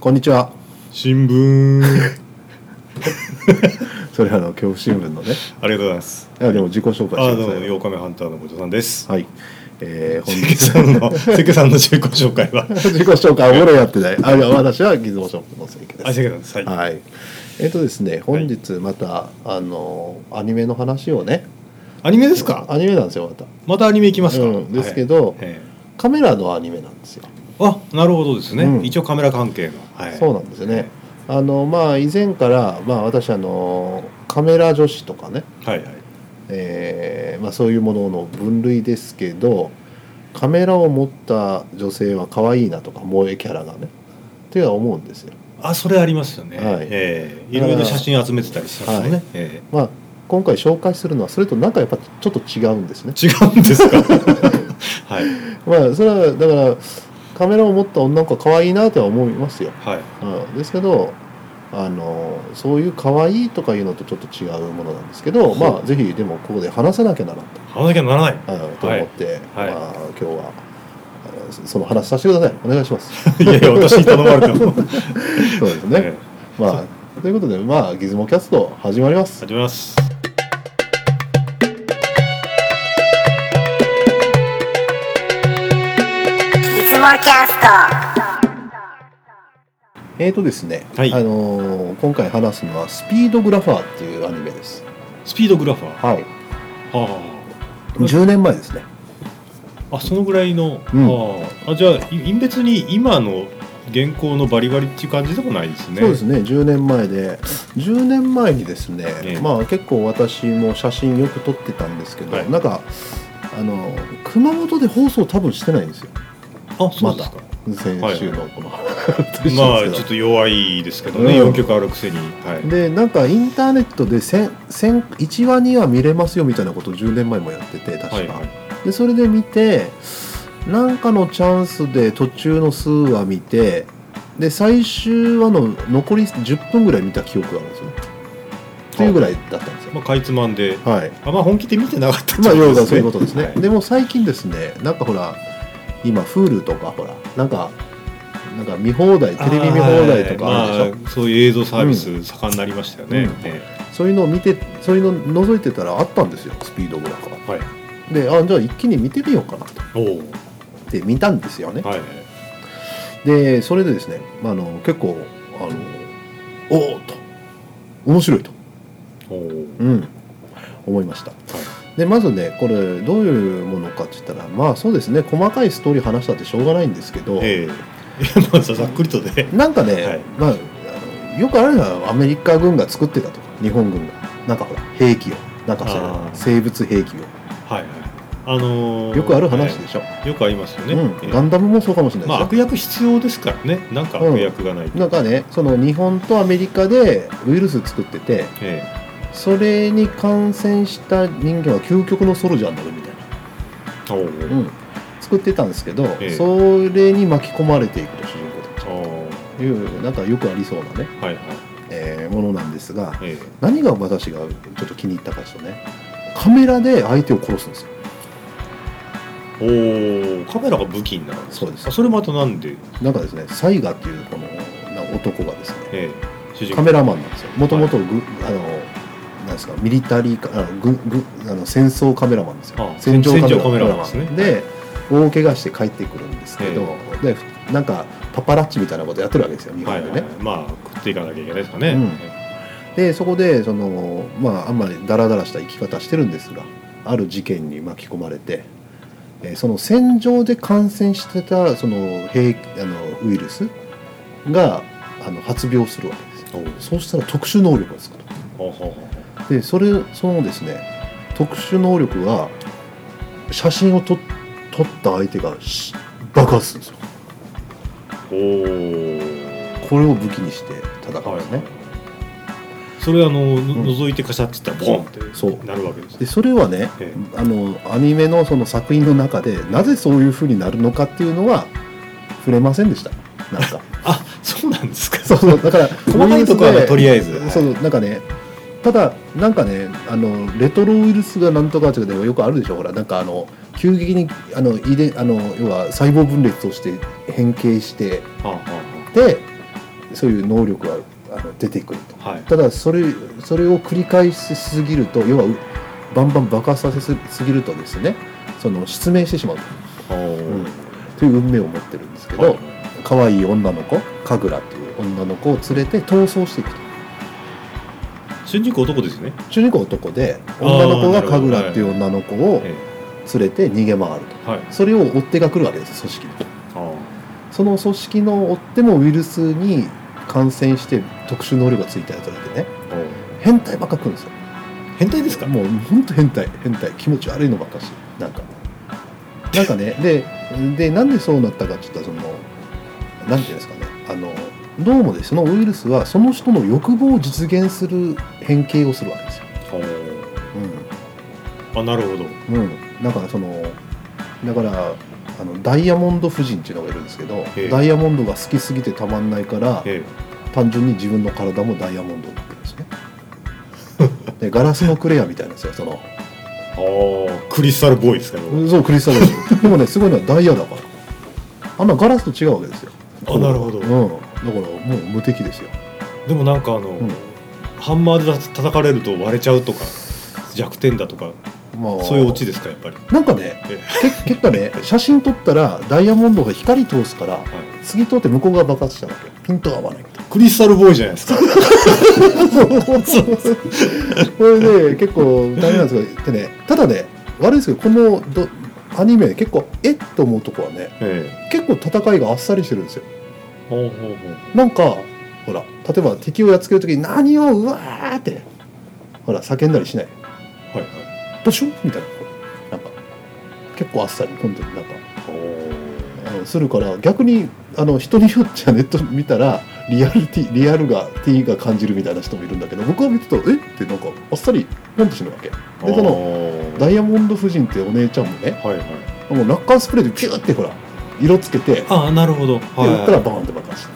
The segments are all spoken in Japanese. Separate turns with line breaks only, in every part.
こんにちは。
新聞
それあの恐怖新聞のね。
ありがとうございます
いやでも自己紹介
あ
して
ど
く
う
だ
も
さい。
8日目ハンターのごちさんです
はい。えー、本
関
日
さんの 関さんの自己紹介は
自己紹介おもろいやってない。あいや私はギズモショップの関
あ
です。
関さんですはい、
はい。えっ、とですね本日また、あのアニメの話をね。
アニメですか
アニメなんですよまた。
またアニメ行きますか、
うんですけど
はいえ
カメラのアニメなんですよ。
えあなるほどですね、
うん
一応カメラ関係の、はい、
そうなんですよね。あのまあ以前からまあ私あのカメラ女子とかね。
はいはい
えーまあ、そういうものの分類ですけどカメラを持った女性は可愛いなとか萌えキャラがねっていうのは思うんですよ。
あそれありますよね、
はい
ええいろいろ写真集めてたりしますよね、
はい
え
まあ、今回紹介するのはそれとなんかやっぱちょっと違うんですね。
え違うんですか はい
まあ、それはだからカメラを持った女の子は可愛いなとは思いますよ。
はい
うん、ですけどあのそういう可愛いとかいうのとちょっと違うものなんですけど、まあ、ぜひでもここで話さなきゃならんと
買わなきゃならない
あのと思って、
はいはい
まあ、今日はあのそその話させてくださいお願いします。
いやいや私に頼まれて も
そうです
え
ね。
え
まあ、ということで、まあ、ギズモキャスト始まります。
始めます
いつもキャスト
えーとですね、
はい
あのー今回話すのは、スピードグラファーっていうアニメです。
スピードグラファーは
はい。
あはあはあ
10年前ですね。
あそのぐらいの、
うん
あーあじゃあい別に今の現行のバリバリっていう感じでもないですね
そうですね、10年前で、10年前にですね、
ええ
まあ、結構私も写真よく撮ってたんですけど、
はい
なんか、あの熊本で放送多分してないんですよ
あそうですか、
先週のこの、
ま
ま
あちょっと弱いですけどね、
うん
4曲あるくせに、はい、
でなんかインターネットで1 1話には見れますよみたいなことを10年前もやってて確か、
はいはい
でそれで見てなんかのチャンスで途中の数話見てで最終話の残り10分ぐらい見た記憶があるんですよねっていうぐらいだったんですよ
まあ、かいつまんで
はい
あまあ本気で見てなかったって
まあ
こ
要
と
は
です
そう
ね
いうことですね、
はい
でも最近ですねなんかほら今 Hulu とかほらなんかなんか見放題テレビ見放題とかあるでしょ、
あーまあ、そういう映像サービス盛んになりましたよね、
うん
え
そういうのを見てそういうのを覗いてたらあったんですよスピードグラファー
えはい
であじゃあ一気に見てみようかなと
おお
で見たんですよね、
はい
でそれでですね、まあ、あの結構あのおおと面白いと、
おお
うん、思いました、でまずねこれどういうものかって言ったらまあそうですね細かいストーリー話したってしょうがないんですけど、
ええ まあざざっくりとね
なんかね、
はい
まあ、あのよくあるのはアメリカ軍が作ってたとか日本軍がなんかほら兵器をなんかそ
あ
の
ー
生物兵器
はいはいあの
を
ー
よくある話でしょ、
はいよくありますよね、
う
え
ん、
え
ガンダムもそうかもしれないですよ、
まあ、悪役必要ですからね、なんか悪役がないと。
なんかねその日本とアメリカでウイルス作ってて
え
それに感染した人間は究極のソルジャーになるみたい
えおう
な、うん、作ってたんですけど、
ええ
それに巻き込まれていくと主人公たち
おう
というなんかよくありそうなね、
はいはい。
えーものなんですが
え
何が私がちょっと気に入ったかというとねカメラで相手を殺すんですよ
え、おお、カメラが武器になるん
そうです
あそれまたなんで、
なんかですねサイガっていうこのな男がですね
ええ、主人
カ
公。
メラマンなんですよ。もともとぐ、あの、なんですか、ミリタリーか、あの、ぐ、ぐ、あの、戦争カメラマンですよ。
あ
戦場カメラ
戦場カメラマンですね
で、大怪我して帰ってくるんですけど、で、なんか、パパラッチみたいなことやってるわけですよ、日
は
本
い
でね。
はいはい、まあ、食っていかなきゃいけないですかね。
うんで、そこで、その、まあ、あんまりダラダラした生き方してるんですが、ある事件に巻き込まれて。えーその戦場で感染してたその兵あのウイルスがあの発病するわけですよ
おう
そうしたら特殊能力がつくと
ほうほうほ
でそれそのですね特殊能力は写真を撮撮った相手がし爆発するんですよ
うおー
これを武器にして戦うん
は
で
い
すね、
はい。それあの、
ん
の覗いてカシャって言ったらボンって
そう
なるわけです
でそれはね
え
あのアニメのその作品の中でなぜそういう風になるのかっていうのは触れませんでしたなん か
あそうなんですか
そうそうだから
細かいとこはね
ウイルスで
とりあえずはい
そうなんかねただなんかねあのレトロウイルスがなんとかとかでもよくあるでしょほらなんかあの急激にあの遺伝あの要は細胞分裂をして変形して
はあはあは
でそういう能力があの出てくると
はい
ただそれそれを繰り返しすぎると要はうバンバン爆発させすぎるとですねその失明してしまうと,、
うん
という運命を持ってるんですけど、
はい
可愛い女の子神楽という女の子を連れて逃走していくと
主人公男ですね、
主人公男で
あー
女の子
な
が
るほど
神楽っていう女の子を
え
連れて逃げ回ると
えはい
それを追っ手が来るわけです組織に
あ
その組織の追っ手もウイルスに感染して特殊能力がついたやつらでね変態ばっか来るんですよ
変態ですか
もうほんと変態変態気持ち悪いのばっかしなんかなんかねででなんでそうなったかって言ったらそのなんていうんですかねあのどうもですそのウイルスはその人の欲望を実現する変形をするわけですよ、
あなるほど
うんうん、だからそのだからあのダイヤモンド夫人っていうのがいるんですけど
ええ
ダイヤモンドが好きすぎてたまんないから
え
単純に自分の体もダイヤモンドになってるんですね でガラスのクレアみたいなんですよその
えああクリスタルボーイですかね、
そうクリスタルボールでもねすごいのはダイヤだからあんなガラスと違うわけですよ
あなるほど、
うんだからもう無敵ですよ
でもなんかあの、
うん
ハンマーで叩かれると割れちゃうとか弱点だとか
まあ
そういうオチですかやっぱり、
なんかね
え
け結果ね写真撮ったらダイヤモンドが光通すから
えはい
次通って向こうが爆発したわけピントが合わないみたい
クリスタルボーイじゃないですか
なこれね結構大変なんですけどでねただね悪いですけどこのどアニメ結構えっと思うとこはね
え
結構戦いがあっさりしてるんですよ
えほうほうほう
なんかほら例えば敵をやっつける時に「何をうわ!」ってほら叫んだりしない
はいはい
「どうしよう?」みたいななんか結構あっさり本当になんかあのするから逆にあの人によっちゃネット見たらリアルティリアルが T が感じるみたいな人もいるんだけど僕は見てたら「えっ?」てなんかあっさりポンと死ぬわけで
あー
そのダイヤモンド夫人ってお姉ちゃんもね
はいはい
もうラッカースプレーでピューってほら色つけてで
ああなるほど、はい
やったらバーンって爆発した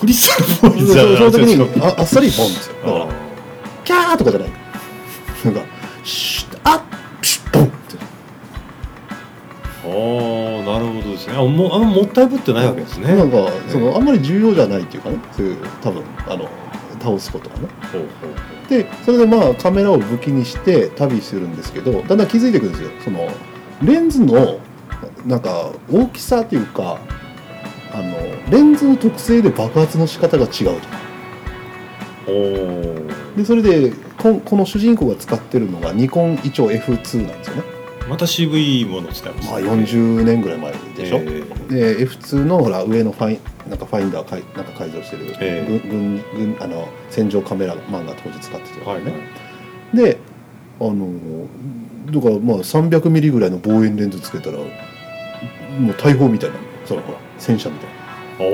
クリスタルボーイ
そ
じ ゃないう
その時
違う違う
にああっさりボンですよだから
あー
キャーとかじゃない。なんか、シュッ、あっ、シュッ、ボンって。
あーなるほどですねあもうあんまもったいぶってないわけですね、
な
ほ
んか、そ
え
の、あんまり重要じゃないっていうかね、そういう、多分、あの、倒すことがね。
うほうほう
で、それでまあ、カメラを武器にして旅するんですけど、だんだん気づいてくるんですよ。その、レンズの、なんか、大きさというか、あの、レンズの特性で爆発の仕方が違うと。
おー
で、それで、ここの主人公が使ってるのが、ニコン一応 F2 なんですよね。
また渋いものを使いますね
まあ、40年ぐらい前でしょ。
えー
で F2 のほら上のファインなんかファインダーかいなんか改造してる、
ええ
軍軍軍あの戦場カメラマンが当時使ってた
は
わ
い
け
は
ね、
い
であのーだからまあ300ミリぐらいの望遠レンズつけたらもう大砲みたいなそのほら戦車みたい
お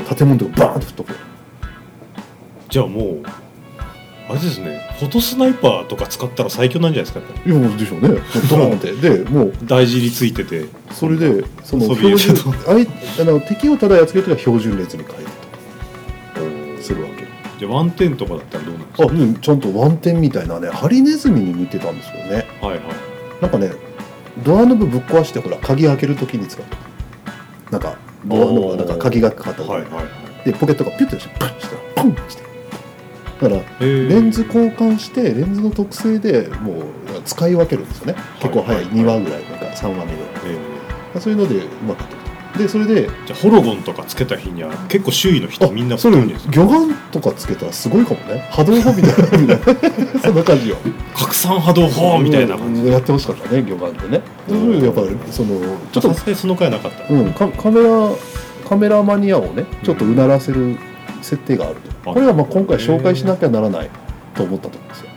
ー
な建物とかバーンと吹っ飛ぶ
じゃあもうあれですねフォトスナイパーとか使ったら最強なんじゃないですかやっぱり
いやもうでしょうねもうドーンってでもう
大尻ついてて
それでその
装
標
備入れちゃ
準
うと
あいあの敵をただやっつけるときは標準レンズに変えるとかするわけ
じゃあワンテンとかだったらどうなんです
あうんちゃんとワンテンみたいなねハリネズミに似てたんですよね
かはいはい
なんかねドアノブぶっ壊してほら鍵開けるときに使うとかなんかドアノブがなんか鍵がかかったとか
はいはいはい
でポケットがピュッとしてパンしたらパンしてだから
えー
レンズ交換してレンズの特性でもう使い分けるんですよね結構早い
はい
2話ぐらいなんか3話目ぐらい
えー
そういうのでうまかったでそれで
じゃあホロゴンとかつけた日には結構周囲の人みんな
それ
ん
魚眼とかつけたらすごいかもね波動砲みたいな そんな感じよ
拡散波動砲みたいな感じ
うんやってほしかったね魚眼でねそういうのやっぱりそのちょっと
さすがにその回なかった
うん、カカメラカメラマニアをねちょっとうならせる設定があると、
あ
これはまあ今回紹介しなきゃならないと思ったと思うんですよ、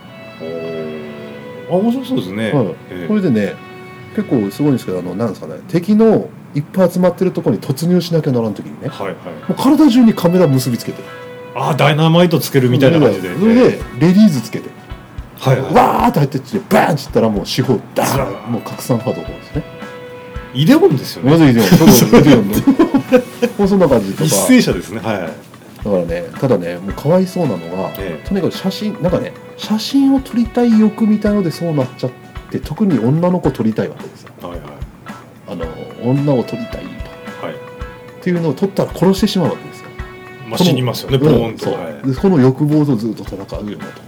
おーあ面白そうですね、
はい
え
こ
ー
れでね結構すごいんですけどあのなんですかね敵のいっぱい集まってるところに突入しなきゃならん時にね
はいはい
もう体中にカメラ結びつけて
あダイナマイトつけるみたいな感じで、
それでレディーズつけて、
はいは
わ
い
ーって入ってってバーンっていったらもう四方ダ
ずら
ー
ー
ンもう拡散波動ですね
イデオンですよね
まずいでもそうだよねもうそんな感じとか
一斉者ですねはいはい
だからねただねもうかわいそうなのが、
ええ
とにかく写真なんかね写真を撮りたい欲みたいのでそうなっちゃって特に女の子撮りたいわけですよ
はいはい
あの女を撮りたい
はい
っていうのを撮ったら殺してしまうわけですよ
まあ、死にますよね、ポーンと。
うん
はい
そうでこの欲望とずっと戦うようなところなんですよ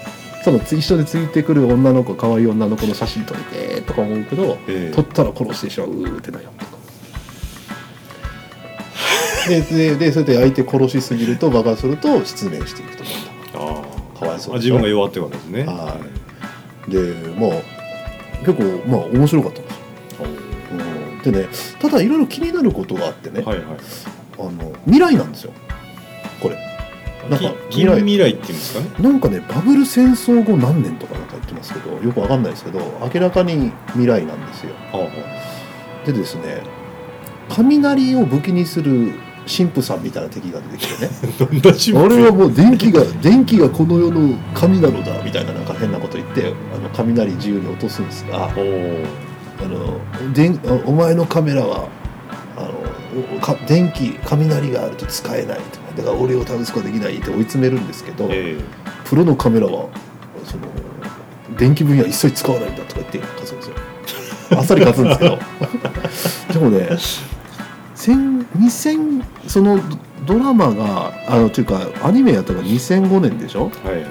その一緒についてくる女の子可愛い女の子の写真撮りてーとか思うけど、
ええ
撮ったら殺してしまううーってなるよとかでででそれで相手殺しすぎると爆発すると失明していくとか
ああ
かわいそう
あ
でし
自
ょ
分が弱ってるわけですね。
はでまあ結構まあ面白かったんですよ、うん、でねただいろいろ気になることがあってね、
はいはい。
あの未来なんですよこれなんか
き近未来っていうんですかね。
なんかねバブル戦争後何年とかなんか言ってますけどよくわかんないですけど明らかに未来なんですよ
はあは
でですね雷を武器にする神父さんみたいな敵が出て きてね
あ どんな趣味
俺はもう電気が電気がこの世の神なのだみたいななんか変なこと言ってあの雷自由に落とすんですが
おー
あのでんお前のカメラはあのおか電気雷があると使えないとかだから俺を試すことはできないって追い詰めるんですけど、
え
プロのカメラはその電気分野一切使わないんだとか言って勝つんですよあっさり勝つんです けどでもね千2000そのドラマがあのというかアニメやったのが2005年でしょ
え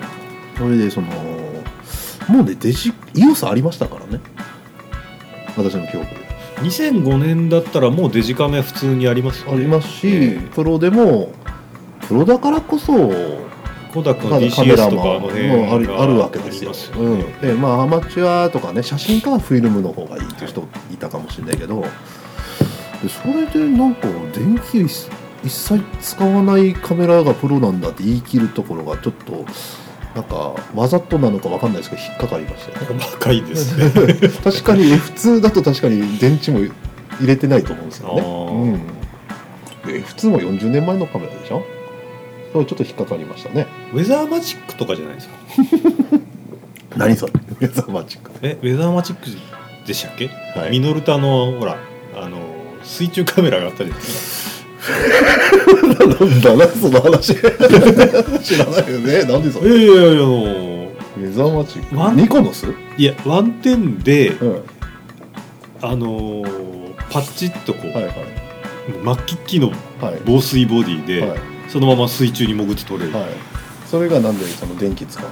は
そ
い。
れでそのもうねデジイオスありましたからね私の記憶で
2005年だったらもうデジカメ普通にありますよ
あ
ね。
りますし、
ええ
プロでもプロだからこそ
コダック
ま
の
だカメ
DCS とか
ラ
あ
も
の
もう
辺
ある
が
あるわけですよ。
ありま
うん、でまあアマチュアとかね写真家はフィルムの方がいいっていう人いたかもしれないけど、でそれでなんか電気一一切使わないカメラがプロなんだって言い切るところがちょっとなんかわざとなのかわかんないですけど引っかかりま したよね。
細かいです ね。
確かに普通だと確かに電池も入れてないと思うんですよね
あー、
うん、普通も40年前のカメラでしょそれちょっと引っかかりましたね
ウェザーマジックとかじゃないですか。
何それウェザーマジック
え、ウェザーマジックでしたっけ、
はい
ミノルタの、ほら、あの、水中カメラがあったじゃないですか。
なんだなその話知らないよね何そ
い
れ
やいやいやあの、
ウェザーマジック
ワン
ニコノス、
いや、ワンテンで、
うん、
あのーパッチッとこう、
はいはい
マッキッキの
はい
防水ボディで、
はい
そのまま水中に潜って撮れる、
はいそれがなんでその電気使うの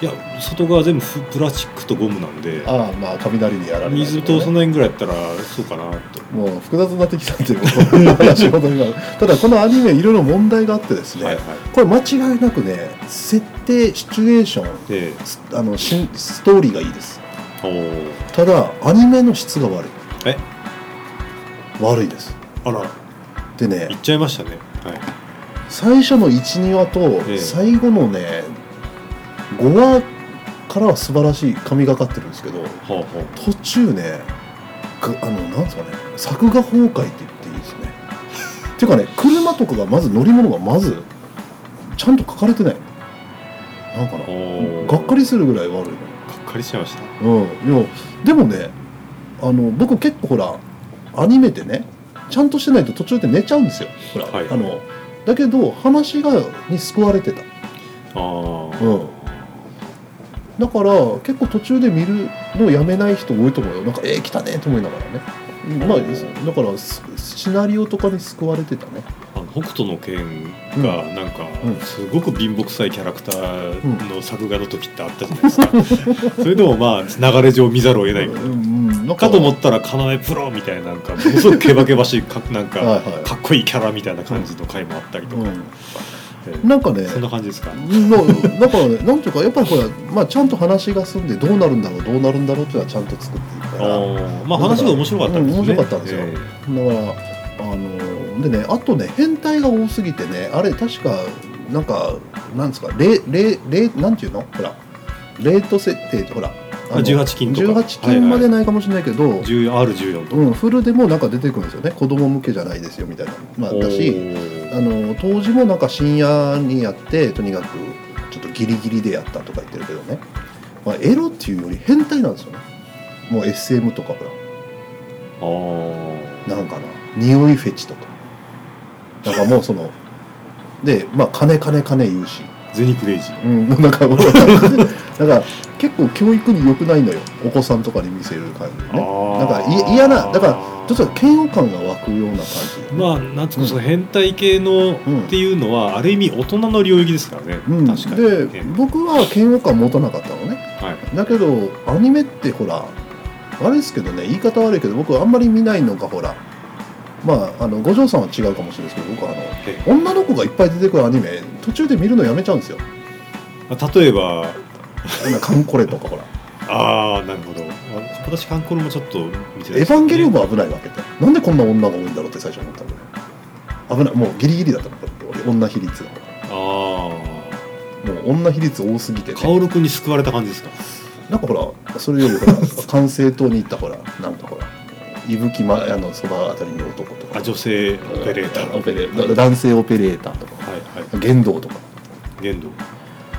い、や外側全部ふプラスチックとゴムなんで
ああまあ雷にやられない
水
とかね
とその辺ぐらいやったらそうかなと
もう複雑になってきたっていうこの話ほど今ただこのアニメいろいろ問題があってですね、
はいはい
これ間違いなくね設定シチュエーション
で
スあのしんストーリーがいいです
おー
ただアニメの質が悪い
え
悪いです
あら
でね
行っちゃいましたねはい
最初の12話と
ええ
最後のね5話からは素晴らしい神がかってるんですけど
ほうほう
途中ねくあのなんですかね作画崩壊って言っていいですね っていうかね車とかがまず乗り物がまずちゃんと書かれてないなんかな
おー
がっかりするぐらい悪いの
がっかりしちゃいました
うん、いやでもねあの僕結構ほらアニメでねちゃんとしてないと途中で寝ちゃうんですよほら、
はい
あのだけど話がに救われてた
あー、
うんだから結構途中で見るのをやめない人多いと思うよなんかえー、来たねと思いながらねまあだからすシナリオとかに救われてたね
あの北斗の拳がなんか
うん
すごく貧乏くさいキャラクターの作画の時ってあったじゃないですか、 それでもまあ流れ上見ざるを得ないみたいな
うんうんなん
かと思ったら「かなえプロ」みたいななんかものすごくけばけばしいかなん
はいは
か
い
かっこいいキャラみたいな感じの回もあったりとか、え
うん、なんかね
えそんな感じですか、
のだからねなんていうかやっぱりほら、まあ、ちゃんと話が済んでどうなるんだろうどうなるんだろうっていうのはちゃんと作っていくからだか
ああまあ話が面白かったんですね、
うん面白かったんですよ
え
らあのでねあとね変態が多すぎてねあれ確かなんかなんですかれれれなんていうのほらレート設定ほらあの
18禁とか
18禁までないかもしれないけど、
え 10- R14 とか、
うん、フルでもなんか出てくるんですよね子供向けじゃないですよみたいなのまあ、だし
お
あ
ー
の当時もなんか深夜にやってとにかくちょっとギリギリでやったとか言ってるけどね、まあ、エロっていうより変態なんですよねもう SM とかほ
あー
らなんかな匂いフェチとかなんかもうそのでまあ金金金言うし
銭クレイジー
うん、 なんかなんか結構教育に良くないのよお子さんとかに見せる感じね
あ
なんか
ー
い嫌なだからちょっと嫌悪感が湧くような感じ
まあなんつうか、
うん
その変態系の
うん
っていうのは、ある意味大人の領域ですからね、
うん、
確かに、
で
ね
僕は嫌悪感持たなかったのね
はい、
だけどアニメってほらあれですけどね言い方悪いけど僕あんまり見ないのがほらまああの五条さんは違うかもしれないですけど僕はあの
え
女の子がいっぱい出てくるアニメ途中で見るのやめちゃうんですよ
例えば
こんなカンコレとかほら
ああなるほどあ私カンコロもちょっと見てな
エヴ
いですね
ァンゲリオンも危ないわけでなんでこんな女が多いんだろうって最初思ったんだよ危ないもうギリギリだったの俺女比率が
あ
もう女比率多すぎて、
あ
ね、
薫君に救われた感じですか
なんかほらそれよりほ ら管制塔に行ったほらなんかほら伊吹まあのそばあたりの男とか
あ女性オペレーター
オペレーター男性オペレーターとか
はいは
言動とか
い限度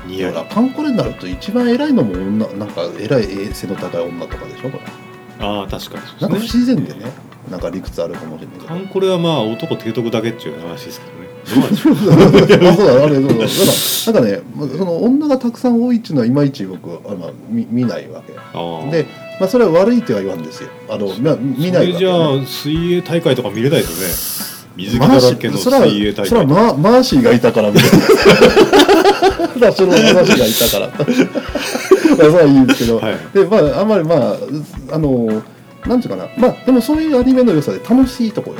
似合
ほら
い
カンコレになると一番偉いのも女なんか偉い背の高い女とかでしょこれ
ああ確かにそうです
な
ね
んか不自然でねなんか理屈あるかもしれないけど
カンコレはまあ男提督だけっていう話ですけどねどうなんで しょう
あそうだあれそうだだからなんかねまあその女がたくさん多いっていうのはいまいち僕はあの見見ないわけ
ああ
で、まあ、それは悪いとは言わんですよあの、まあ、見ないわけ、
それじ
ね
ゃあ水泳大会とか見れないですね水着
マ
だ
ー
ら
シ
け
ー
の
それは
水泳大
それは
会
マーマーシーがいたからみたいなだからそのマーシーがいたからまあそれはいいんですけど、
はい
でまああんまりまああのなんていうかなまあでもそういうアニメの良さで楽しいとこよ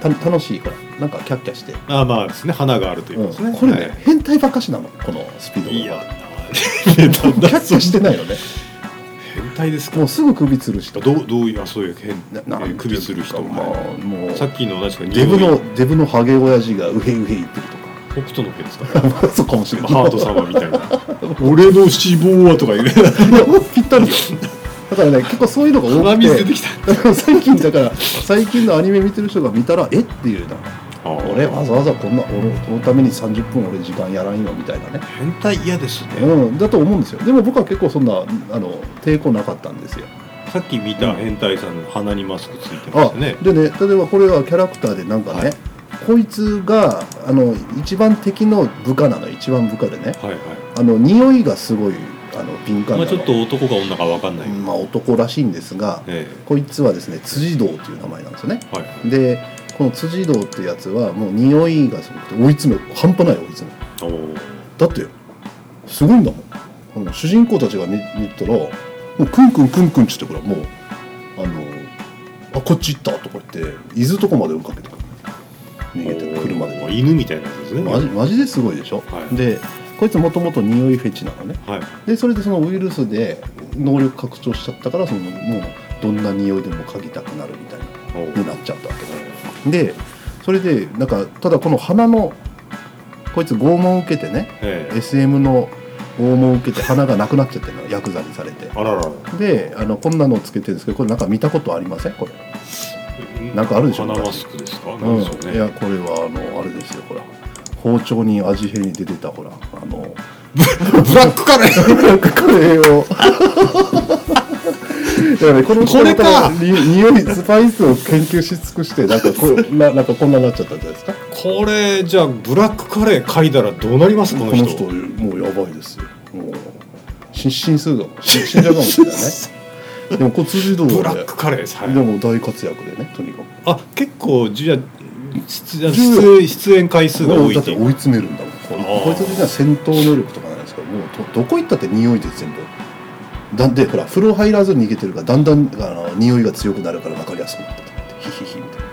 た楽しいほらなんかキャッキャして
ああまあですね花があるということですね、
うんこれね、
は
変態ばっかしなのこのスピード
い、い
が
やな
キャッチしてないよ ね
変態ですか
もうすぐ首吊る人
どうどういうあそういう変
な
えー首吊る人
まあもう
さっきの確かに
デブのデブのハゲ親父がウヘウヘ言ってる
北斗の拳です
と
か
か まあそうかもしれない
ハート 様みたいな俺の脂肪はとか言う
いやもうぴったりよだからね結構そういうのが多
鼻
く
水
て
出てきた
だから 最近だから最近のアニメ見てる人が見たらえっていうな俺わざわざこんな俺のために30分俺時間やらんよみたいなね
変態嫌ですね
うん、だと思うんですよでも僕は結構そんなあの抵抗なかったんですよ
さっき見た変態さんの鼻にマスクついてま
あ
すね
でね例えばこれはキャラクターでなんかね、
はい
こいつがあの一番敵の部下なの一番部下でね
はいはい
あの匂いがすごいあの敏感
ま
な
あ
の、
ちょっと男か女かわかんない、
まあ、男らしいんですが、
え
こいつはですね辻堂という名前なんですよね
えはい
でこの辻堂ってやつはもう匂いがすごくて追い詰め半端ない追い詰め
おー
だってすごいんだもんあの主人公たちが見見たらもうクンクンクンクンっつってからもうあのあこっち行ったとか言って伊豆とこまで追いかけてくる逃げて車
おー
で
犬みたいなやつですね
マジマジですごいでしょ、
はい
でこいつもともと匂いフェチなのね
はい
でそれでそのウイルスで能力拡張しちゃったからそのもうどんな匂いでも嗅ぎたくなるみたいな
おー
になっちゃったわけででそれでなんかただこの鼻のこいつ拷問を受けてね
ええ
SM の拷問を受けて鼻がなくなっちゃってるのヤクザにされて
あららら
であのこんなのつけてるんですけどこれなんか見たことありませんこれ、なんかあるでしょ
鼻マスクですか、
う
なん
ん
でしょう
い
ね
やこれはあのあれですよほら包丁に味変に出てたほらあの
ブラックカレー
カレー をだからねこの人
これか
に匂いスパイスを研究し尽くしてなんかこうななんかこんなになっちゃったんじゃないですか
これじゃあブラックカレー嗅いだらどうなりますこ
こ
の
の
人
人もうやばいですよもう失神するかもし死んじゃうかもしれないねでも骨髄道で
ブラックカレーです、はい
でも大活躍でねとにかく
あ結構じゃあ出
重
出出演回数が多い
だ
っ
って
て
追い
い
う詰めるんだもんこ
あー
こいつ的には戦闘能力とかなんですけどもうどどこ行ったって匂いで全部だんでほら風呂入らずに逃げてるからだんだんあの匂いが強くなるから分かりやすくなったとかってヒヒヒみたいな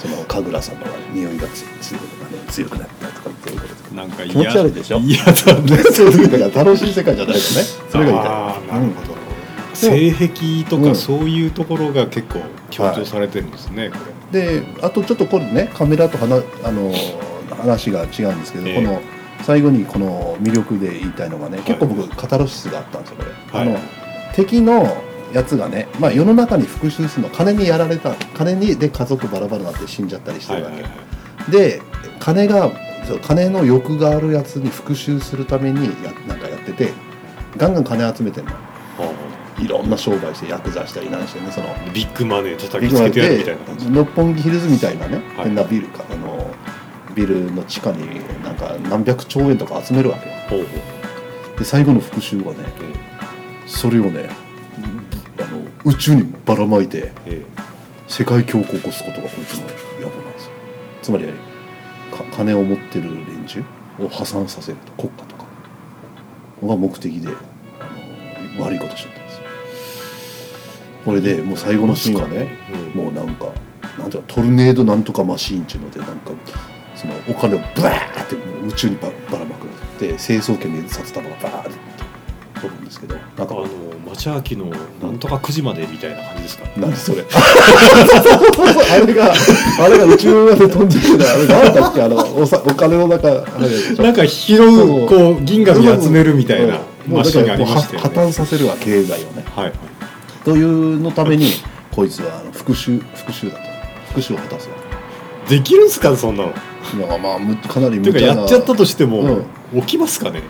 その神楽様が匂いがつ強くなる強くなったとかってい うことで
なんか
気持ち悪いでしょ
嫌だね
そういうだから楽しい世界じゃないのねそれがいい
あ
か
ー
ら
なる
うん
ほど、性癖と
う
か
ん
そういうところが結構強調されてるんですね、こ
であとちょっとこれねカメラと話あの話が違うんですけど、
ええ
この最後にこの魅力で言いたいのがね、
い
結構僕カタルシスがあったんですよこれ、
はい
あの敵のやつがね、まあ、世の中に復讐するの金にやられた金にで家族バラバラになって死んじゃったりして
れ
るわ
はい
け、
はいはい
で金がそう金の欲があるやつに復讐するためにやなんかやっててガンガン金集めてんのいろんな商売してヤクザしたりなんしてねその
あービッグマネー叩
ビ
き
ッグ
つ
マン
けてやるみた
で
たいな感じ
六本木ヒルズみたいなね、
はい
変なビルかあのビルの地下になんか何百兆円とか集めるわけよ
ほうほう
で最後の復讐がね
え
それをねあの宇宙にばらまいて
ええ
世界恐慌を起こすことが本当の野望なんですよつまりか金を持ってる連中を破産させると国家とかが目的であの悪いことしちゃったんですよこれでもう最後のシーンはね
うん
もうなんかなんていうかトルネードなんとかマシーンっていうのでなんかそのお金をブワーってもう宇宙にばばらまくで成層圏に札束がバーって飛ぶんですけどなん
あ
か
の町秋のなんとか9時までみたいな感じですか、
何それあれがあれが宇宙まで飛んでくるあれ何だっけあのおさお金の中あれでしょ
なんか拾
そう
こう銀紙集めるみたいな
うんも
マ
うだ
シ
か
ンが
ら
あり
もう
ま
は
したよ
破
ね
綻させるわ経済をね
はいはい
というのためにこいつはあの復讐復讐だと復讐を果たすわ
できるんすかそんなの
いやまあむかなり
て
無
いうか
茶な
やっちゃったとしても、起きますかね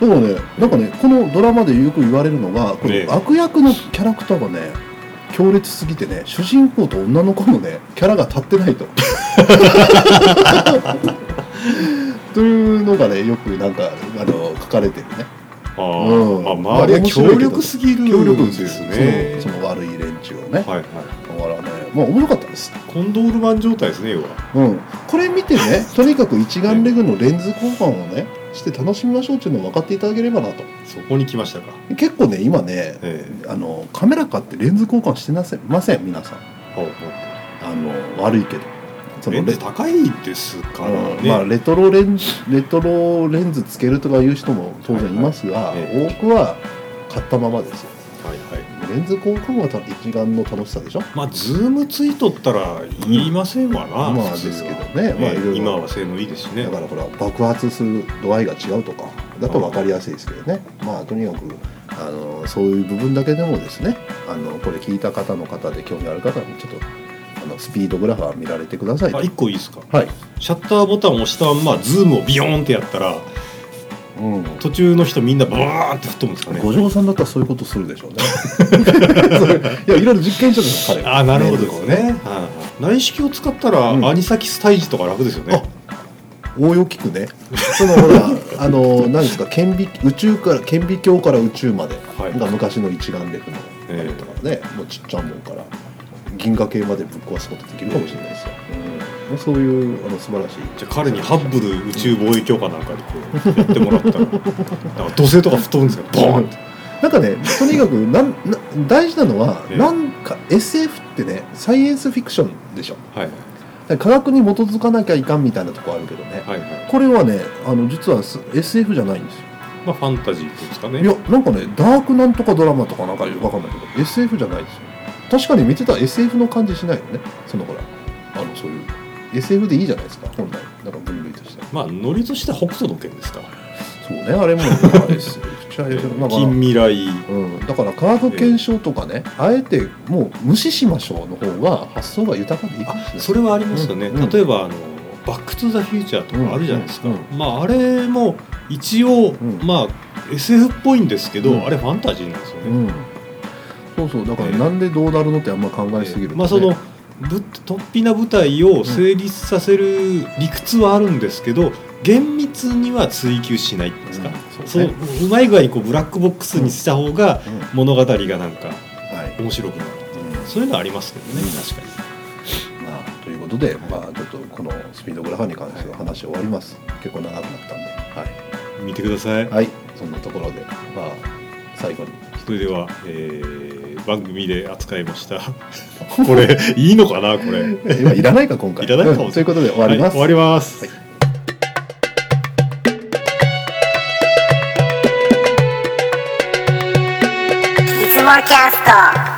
でもねなんかねこのドラマでよく言われるのがこ
ええ
の悪役のキャラクターがね強烈すぎてね主人公と女の子のねキャラが立ってない と。というのがねよくなんかあの書かれてるね
あ、
うん
あまあ周りが強力すぎる
強力
んですね
そのその悪い連中をね、
はいはい
だからねまあ面白かったです、
コンドールマン状態ですね要は
うん、これ見て ねとにかく一眼レフのレンズ交換をねして楽しみましょうっていうのを分かっていただければなと
そこに来ましたか
結構ね今ね
ええ
あのカメラ買ってレンズ交換してなせません皆さん
ほうほう
あの悪いけどそ
レ
の
ン
レ
ズ高いですから
うん
ね、
まあ、レトロレンレトロレンズつけるとかいう人も当然いますが、
はいはい
多くは買ったままですよ
はいはい
レンズ交換はた一眼の楽しさでしょ
まあズームついとったら言いませんわな、
まあ
普通
ですけどねまあいろいろ
今は性能いいですしね
だからほら爆発する度合いが違うとかだと分かりやすいですけどねまあとにかくあのそういう部分だけでもですねあのこれ聞いた方の方で興味ある方にちょっとあのスピードグラファー見られてくださいと
あ1個いいですか
はい、
シャッターボタンを押したままズームをビヨーンってやったら
うん、
途中の人みんなバーンって吹っ飛ぶんですかね
五条さんだったらそういうことするで しょうね。いや、いろいろ実験してたの、彼。
ああなるほどですね
メールとか
はいはい内視鏡使ったら、
うん
アニサキス退治とか楽ですよね
おおよきくね。その、ほら、あの、なんですか、顕微、宇宙から、顕微鏡から宇宙まで。
はい
が昔の一眼レフの。
え
とかね、もうちっちゃいもんから。銀河系までぶっ壊すことできるかもしれないですよ。うんそういう、あの、素晴らしい。
じゃあ彼にハッブル宇宙防衛強化なんかにこうやってもらったらなんか土星とか吹っ飛ぶんですよボーンって
なんかね、とにかく、なん、な大事なのは、
ええ
なんか、S. F. ってね、サイエンスフィクションでしょ。
はい
だから科学に基づかなきゃいかんみたいなとこあるけどね。
はいはい
これはねあの実はす SF じゃないんですよ
まあファンタジーっていうんですかね
いやなんかねダークなんとかドラマとかなんかわかんないけど SF じゃないですよ確かに見てたら SF の感じしないよねそのほらあのそういう SF でいいじゃないですか本来なんか分類として
まあノリとしては北斗の件ですから
そうねあれも SF っちゃ SF だ から
近未来
うん、だから科学検証とかね、あえてもう無視しましょうの方が発想が豊かでいいかもしれない
それはありますよね、
うん
例えばあの「バック・トゥ・ザ・フューチャー」とかあるじゃないですか、
うんう
まああれも一応、
ん
まあ SF っぽいんですけど、
うん
あれファンタジーなんですよね、
うん、そうそうだからなんでどうなるのってあんま考えすぎるとね、
まあそのぶ突飛な舞台を成立させる理屈はあるんですけど厳密には追求しないっていうんですか、
うん
そ
そうう
う
ね
まい具合にこうブラックボックスにした方が
うん
物語がなんか
はい、
面白くなる
うん
そういうのはありますけどね、
うん
確かに。
まあ、ということで、まあ、ちょっとこのスピードグラファーに関しては話終わります。結構長くなったんで、は
見てください、
い、はい、そんなところで、まあ、最 後に。
それでは、えー番組で扱いました これいいのかなこ れ
今いらないか、今回。
いらないかも
うんということで、終わります。
はい、終わります、
はい
いつもキャスト